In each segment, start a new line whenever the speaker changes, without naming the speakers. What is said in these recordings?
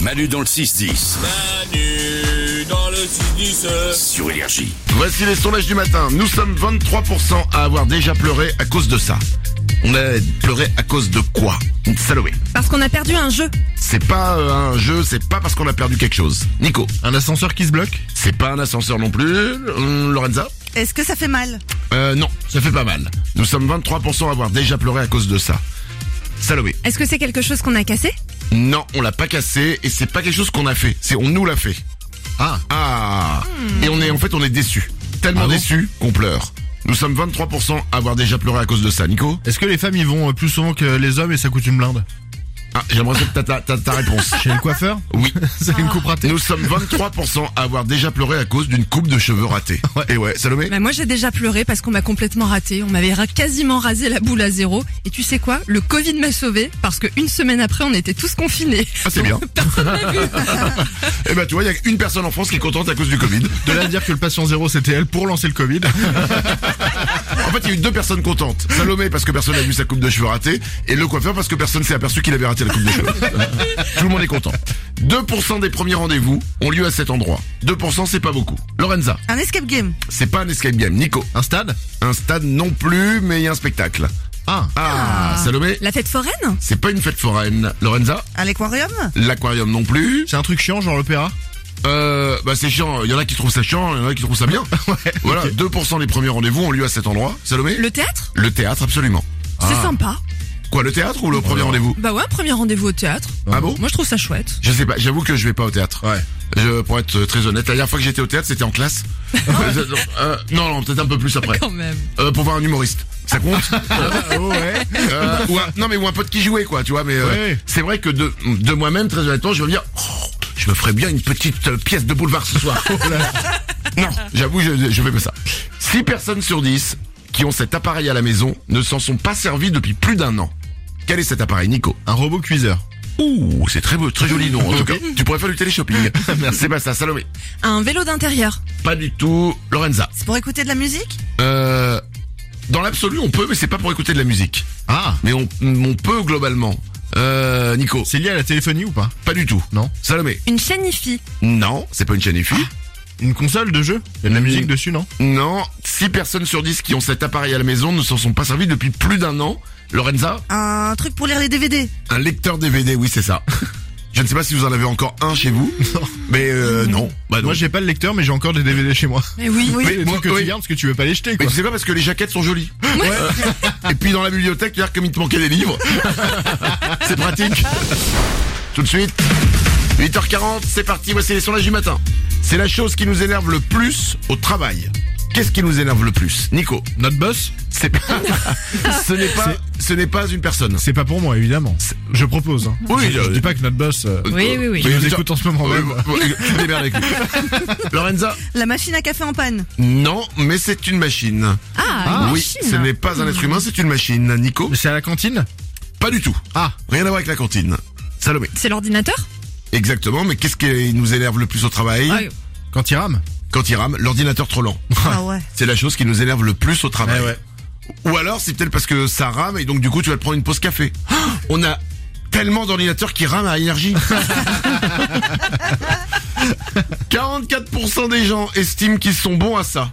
Manu dans le 6-10
Manu dans le 6
sur Énergie.
Voici les sondages du matin. Nous sommes 23% à avoir déjà pleuré à cause de ça. On a pleuré à cause de quoi Salomé.
Parce qu'on a perdu un jeu.
C'est pas euh, un jeu, c'est pas parce qu'on a perdu quelque chose. Nico.
Un ascenseur qui se bloque
C'est pas un ascenseur non plus. Hum, Lorenza
Est-ce que ça fait mal
euh, Non, ça fait pas mal. Nous sommes 23% à avoir déjà pleuré à cause de ça. Salomé.
Est-ce que c'est quelque chose qu'on a cassé
Non, on l'a pas cassé et c'est pas quelque chose qu'on a fait. C'est on nous l'a fait.
Ah Hmm.
Ah Et on est en fait on est déçu. Tellement
Ah bon
déçu qu'on pleure. Nous sommes 23% à avoir déjà pleuré à cause de ça. Nico
Est-ce que les femmes y vont euh, plus souvent que les hommes et ça coûte une blinde
Ah, j'aimerais que ta, ta, ta, ta réponse.
Chez le coiffeur
Oui.
C'est une coupe ratée
Nous sommes 23% à avoir déjà pleuré à cause d'une coupe de cheveux ratée. Et ouais, Salomé
bah Moi j'ai déjà pleuré parce qu'on m'a complètement raté. On m'avait ra- quasiment rasé la boule à zéro. Et tu sais quoi Le Covid m'a sauvé parce que une semaine après on était tous confinés.
Ah, c'est bien.
Personne m'a vu.
Eh ben, tu vois, il y a une personne en France qui est contente à cause du Covid.
De là à dire que le patient zéro c'était elle pour lancer le Covid.
En fait, il y a eu deux personnes contentes. Salomé, parce que personne n'a vu sa coupe de cheveux ratée, et le coiffeur, parce que personne s'est aperçu qu'il avait raté la coupe de cheveux. Tout le monde est content. 2% des premiers rendez-vous ont lieu à cet endroit. 2%, c'est pas beaucoup. Lorenza,
Un escape game.
c'est pas un escape game. Nico,
Un stade
un stade non plus, mais il y a un spectacle.
Ah
Ah, Salomé,
La fête foraine
c'est pas une fête foraine. Lorenza,
À l'aquarium
l'aquarium non plus.
C'est un truc chiant genre l'opéra
Euh, bah c'est chiant, il y en a qui trouvent ça chiant, il y en a qui trouvent ça bien. voilà, 2% des premiers rendez-vous ont lieu à cet endroit. Salomé
Le théâtre
Le théâtre, absolument.
C'est sympa.
Quoi, le théâtre ou le premier rendez-vous
Bah ouais, premier rendez-vous au théâtre.
Ah bon
Moi je trouve ça chouette.
Je sais pas, j'avoue que je vais pas au théâtre.
Ouais.
Je, pour être très honnête, la dernière fois que j'étais au théâtre, c'était en classe. Euh, euh, non, non, peut-être un peu plus après.
Quand même.
Euh, pour voir un humoriste. Ça compte
Ah, ouais
Euh, ou un- Non, mais ou un pote qui jouait, quoi, tu vois. Mais euh,
Ouais.
c'est vrai que de, de moi-même, très honnêtement, je vais me dire, Oh, je me ferais bien une petite euh, pièce de boulevard ce soir.
Oh
non, j'avoue, je, je fais pas ça. 6 personnes sur 10 qui ont cet appareil à la maison ne s'en sont pas servis depuis plus d'un an. Quel est cet appareil, Nico
Un robot cuiseur.
Ouh, c'est très beau, très joli nom en tout cas. Tu pourrais faire du téléshopping. c'est pas ça, Salomé.
Un vélo d'intérieur.
Pas du tout, Lorenza.
C'est pour écouter de la musique
Euh, dans l'absolu, on peut, mais c'est pas pour écouter de la musique.
Ah
Mais on, on peut globalement. Euh, Nico,
C'est lié à la téléphonie ou pas
pas du tout.
Non.
Salomé,
Une chaîne IFI.
non, c'est pas une chaîne IFI.
Une console de jeu Il y a de la
Mm.
musique dessus non
Non, 6 personnes sur 10 qui ont cet appareil à la maison ne s'en sont pas servis depuis plus d'un an. Lorenza,
Un truc pour lire les DVD.
un lecteur DVD, oui, c'est ça. Je ne sais pas si vous en avez encore un chez vous, mais euh, non. Bah non.
Moi j'ai pas le lecteur mais j'ai encore des DVD chez moi.
Mais oui.
Oui, les
moi,
trucs que
oui.
tu gardes parce que tu veux pas les jeter
Mais
quoi.
tu sais pas parce que les jaquettes sont jolies. Euh, Et puis dans la bibliothèque, tu as comme il te manquait des livres. c'est pratique. Tout de suite. 8h40, c'est parti, voici les sondages du matin. C'est la chose qui nous énerve le plus au travail. Qu'est-ce qui nous énerve le plus Nico,
Notre boss
c'est pas, ce n'est pas, ce n'est pas une personne.
C'est pas pour moi évidemment. Je propose. hein.
Oui,
je, je
euh,
dis pas que notre boss euh,
Oui, oui, oui.
il nous
Victor-
écoute en ce moment
Ouais,
même.
ouais, ouais, tu te démerdes avec lui. Lorenza
La machine à café en panne.
Non, mais c'est une machine.
Ah, une
oui,
machine.
ce n'est pas un être humain, c'est une machine. Nico
C'est à la cantine
Pas du tout.
Ah
Rien à voir avec la cantine. Salomé.
C'est l'ordinateur
Exactement, mais qu'est-ce qui nous énerve le plus au travail
Ah oui.
Quand il rame
Quand il rame, l'ordinateur trop lent.
Ah ouais.
C'est la chose qui nous énerve le plus au travail.
Eh ouais.
Ou alors c'est peut-être parce que ça rame et donc du coup tu vas te prendre une pause café.
Ah
On a tellement d'ordinateurs qui rament à énergie. 44% des gens estiment qu'ils sont bons à ça.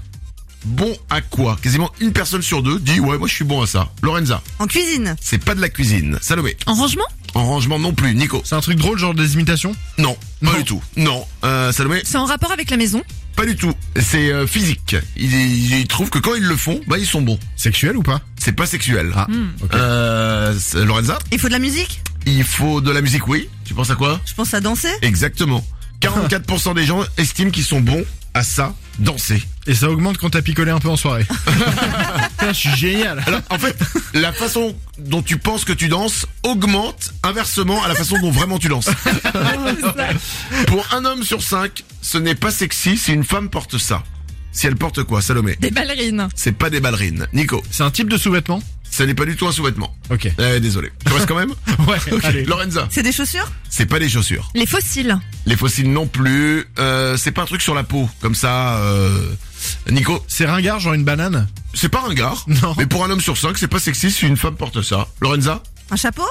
Bon à quoi Quasiment une personne sur deux dit ouais moi je suis bon à ça. Lorenza,
En cuisine.
c'est pas de la cuisine. Salomé,
En rangement
en rangement non plus. Nico,
C'est un truc drôle genre des imitations
non,
Non.
pas du tout. Non, euh, Salomé,
C'est en rapport avec la maison
Pas du tout. C'est euh, physique. Ils, ils- ils trouvent que quand ils le font, bah ils sont bons.
Sexuelles ou pas
C'est pas sexuel.
Ah ok.
Euh, c'est- Lorenza,
Il faut de la musique.
il faut de la musique, oui. Tu penses à quoi
Je pense à danser.
Exactement. 44% des gens estiment qu'ils sont bons à ça, danser.
Et ça augmente quand t'as picolé un peu en soirée. Putain, Je suis génial.
Alors, en fait, la façon dont tu penses que tu danses augmente inversement à la façon dont vraiment tu danses.
Oh,
Pour un homme sur cinq, ce n'est pas sexy si une femme porte ça. Si elle porte quoi, Salomé
Des ballerines.
C'est pas des ballerines. Nico,
C'est un type de sous-vêtement
ce n'est pas du tout un sous-vêtement.
Ok.
Eh, désolé. Tu restes quand même
Ouais,
Allez,
allez.
Lorenza,
C'est des chaussures.
c'est pas des chaussures.
Les fossiles.
Les fossiles non plus. Euh, c'est pas un truc sur la peau, comme ça. Euh... Nico,
C'est ringard genre une banane
c'est pas ringard.
Non.
Mais pour un homme sur cinq, c'est pas sexy si une femme porte ça. Lorenza,
Un chapeau.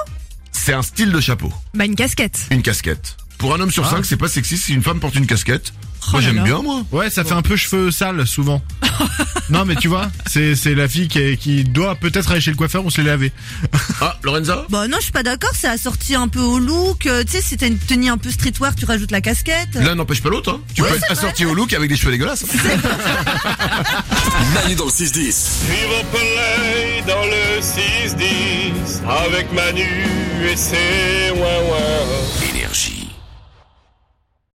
c'est un style de chapeau.
Bah une casquette.
Une casquette. Pour un homme sur cinq, c'est pas sexiste si une femme porte une casquette.
Ah. Oh
moi
là
j'aime
là.
bien moi.
Ouais, ça fait un peu cheveux sales souvent. non, mais tu vois, c'est c'est la fille qui, est- qui doit peut-être aller chez le coiffeur ou se les laver.
Ah Lorenza
Bah non, je suis pas d'accord, c'est assorti un peu au look, euh, tu sais, c'est une tenue un peu streetwear, tu rajoutes la casquette.
L'un n'empêche pas l'autre. Hein. Tu peux être assorti au look avec des cheveux dégueulasses. hein.
Manu dans le 6-10.
Vivre play dans le 6-10 avec Manu et ses ouin-ouin.